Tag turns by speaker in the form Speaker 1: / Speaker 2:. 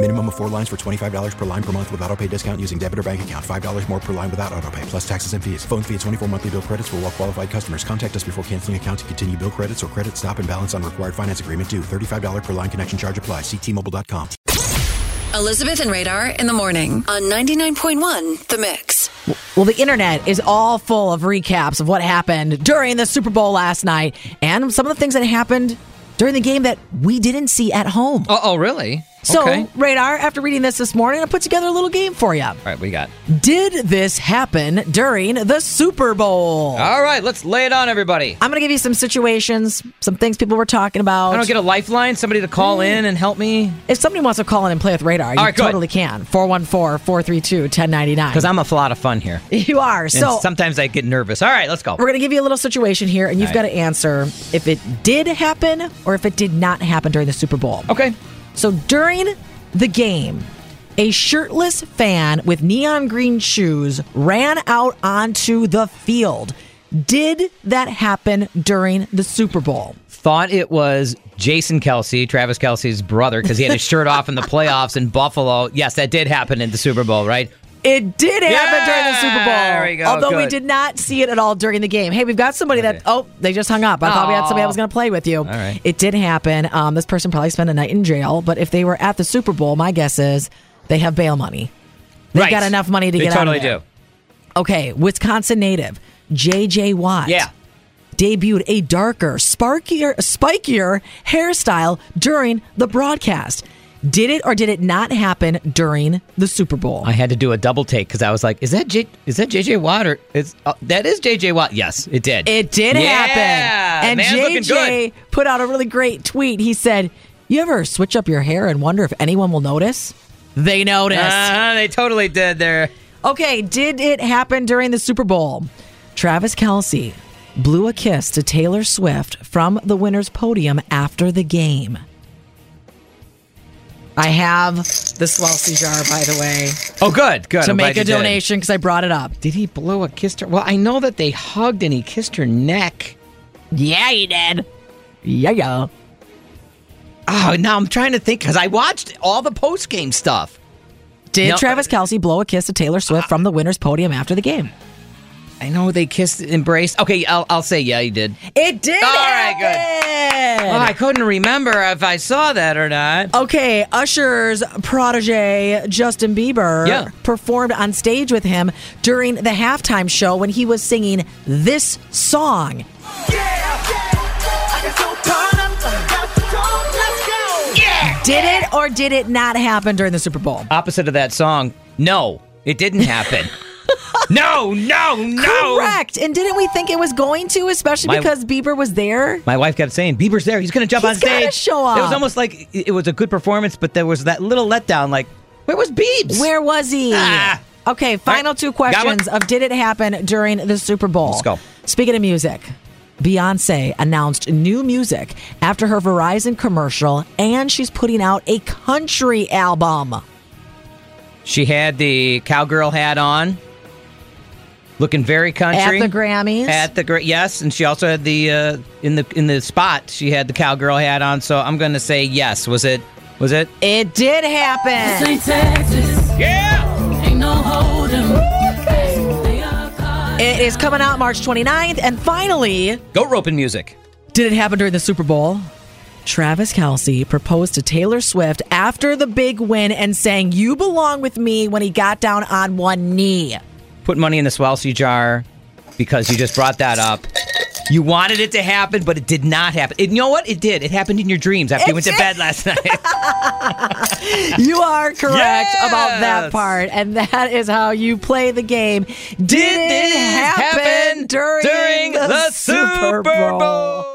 Speaker 1: Minimum of four lines for $25 per line per month with auto pay discount using debit or bank account. $5 more per line without auto pay, plus taxes and fees. Phone fee at 24 monthly bill credits for all well qualified customers. Contact us before canceling account to continue bill credits or credit stop and balance on required finance agreement due. $35 per line connection charge apply. Ctmobile.com.
Speaker 2: Elizabeth and Radar in the morning on 99.1 The Mix.
Speaker 3: Well, the internet is all full of recaps of what happened during the Super Bowl last night and some of the things that happened during the game that we didn't see at home.
Speaker 4: Oh, oh really?
Speaker 3: So, okay. Radar, after reading this this morning, I put together a little game for you. All
Speaker 4: right, we got.
Speaker 3: Did this happen during the Super Bowl?
Speaker 4: All right, let's lay it on everybody.
Speaker 3: I'm going to give you some situations, some things people were talking about.
Speaker 4: I don't get a lifeline, somebody to call mm. in and help me.
Speaker 3: If somebody wants to call in and play with Radar, you right, totally can. 414 432 1099.
Speaker 4: Because I'm a lot of fun here.
Speaker 3: You are. So
Speaker 4: and sometimes I get nervous. All right, let's go.
Speaker 3: We're going to give you a little situation here, and you've right. got to answer if it did happen or if it did not happen during the Super Bowl.
Speaker 4: Okay.
Speaker 3: So during the game, a shirtless fan with neon green shoes ran out onto the field. Did that happen during the Super Bowl?
Speaker 4: Thought it was Jason Kelsey, Travis Kelsey's brother, because he had his shirt off in the playoffs in Buffalo. Yes, that did happen in the Super Bowl, right?
Speaker 3: It did happen yeah! during the Super Bowl.
Speaker 4: There we go.
Speaker 3: Although
Speaker 4: Good.
Speaker 3: we did not see it at all during the game. Hey, we've got somebody that oh they just hung up. I Aww. thought we had somebody that was going to play with you.
Speaker 4: Right.
Speaker 3: It did happen. Um, this person probably spent a night in jail. But if they were at the Super Bowl, my guess is they have bail money. They've
Speaker 4: right.
Speaker 3: got enough money to
Speaker 4: they
Speaker 3: get
Speaker 4: totally
Speaker 3: out. Totally
Speaker 4: do.
Speaker 3: Okay, Wisconsin native J.J. Watt.
Speaker 4: Yeah.
Speaker 3: Debuted a darker, sparkier, spikier hairstyle during the broadcast. Did it or did it not happen during the Super Bowl?
Speaker 4: I had to do a double take because I was like, "Is that J- is that JJ Watt or is uh, that is JJ Watt?" Yes, it did.
Speaker 3: It did
Speaker 4: yeah,
Speaker 3: happen. And JJ put out a really great tweet. He said, "You ever switch up your hair and wonder if anyone will notice?" They noticed.
Speaker 4: Uh, they totally did. There.
Speaker 3: Okay, did it happen during the Super Bowl? Travis Kelsey blew a kiss to Taylor Swift from the winner's podium after the game. I have the Swelsey jar, by the way.
Speaker 4: Oh, good, good.
Speaker 3: To I'm make a donation because I brought it up.
Speaker 4: Did he blow a kiss her? Well, I know that they hugged and he kissed her neck.
Speaker 3: Yeah, he did. Yeah, yeah.
Speaker 4: Oh, now I'm trying to think because I watched all the post game stuff.
Speaker 3: Did no, Travis Kelsey blow a kiss to Taylor Swift uh, from the winner's podium after the game?
Speaker 4: I know they kissed, embraced. Okay, I'll, I'll say yeah, he did.
Speaker 3: It did. All happen. right,
Speaker 4: good. Well, I couldn't remember if I saw that or not.
Speaker 3: Okay, Usher's protege Justin Bieber
Speaker 4: yeah.
Speaker 3: performed on stage with him during the halftime show when he was singing this song. Yeah, yeah, did it or did it not happen during the Super Bowl?
Speaker 4: Opposite of that song, no, it didn't happen. no, no, no.
Speaker 3: Correct. And didn't we think it was going to, especially my, because Bieber was there?
Speaker 4: My wife kept saying, Bieber's there. He's going to jump
Speaker 3: He's
Speaker 4: on stage.
Speaker 3: show up.
Speaker 4: It was almost like it was a good performance, but there was that little letdown like, where was Biebs?
Speaker 3: Where was he? Ah. Okay, final right. two questions of did it happen during the Super Bowl?
Speaker 4: Let's go.
Speaker 3: Speaking of music, Beyonce announced new music after her Verizon commercial, and she's putting out a country album.
Speaker 4: She had the cowgirl hat on looking very country
Speaker 3: at the Grammys.
Speaker 4: At the yes, and she also had the uh, in the in the spot. She had the cowgirl hat on. So I'm going to say yes. Was it? Was it?
Speaker 3: It did happen.
Speaker 4: Yeah. Ain't no
Speaker 3: holding. It is coming out March 29th, and finally,
Speaker 4: goat roping music.
Speaker 3: Did it happen during the Super Bowl? Travis Kelsey proposed to Taylor Swift after the big win and sang, You belong with me, when he got down on one knee
Speaker 4: put money in the Swelsey jar because you just brought that up. You wanted it to happen, but it did not happen. And you know what? It did. It happened in your dreams after you went to
Speaker 3: It did.
Speaker 4: bed last night.
Speaker 3: You are correct
Speaker 4: Yes!
Speaker 3: about that part, and that is how you play the game. Did,
Speaker 4: this
Speaker 3: it happen, during, the, Super Bowl?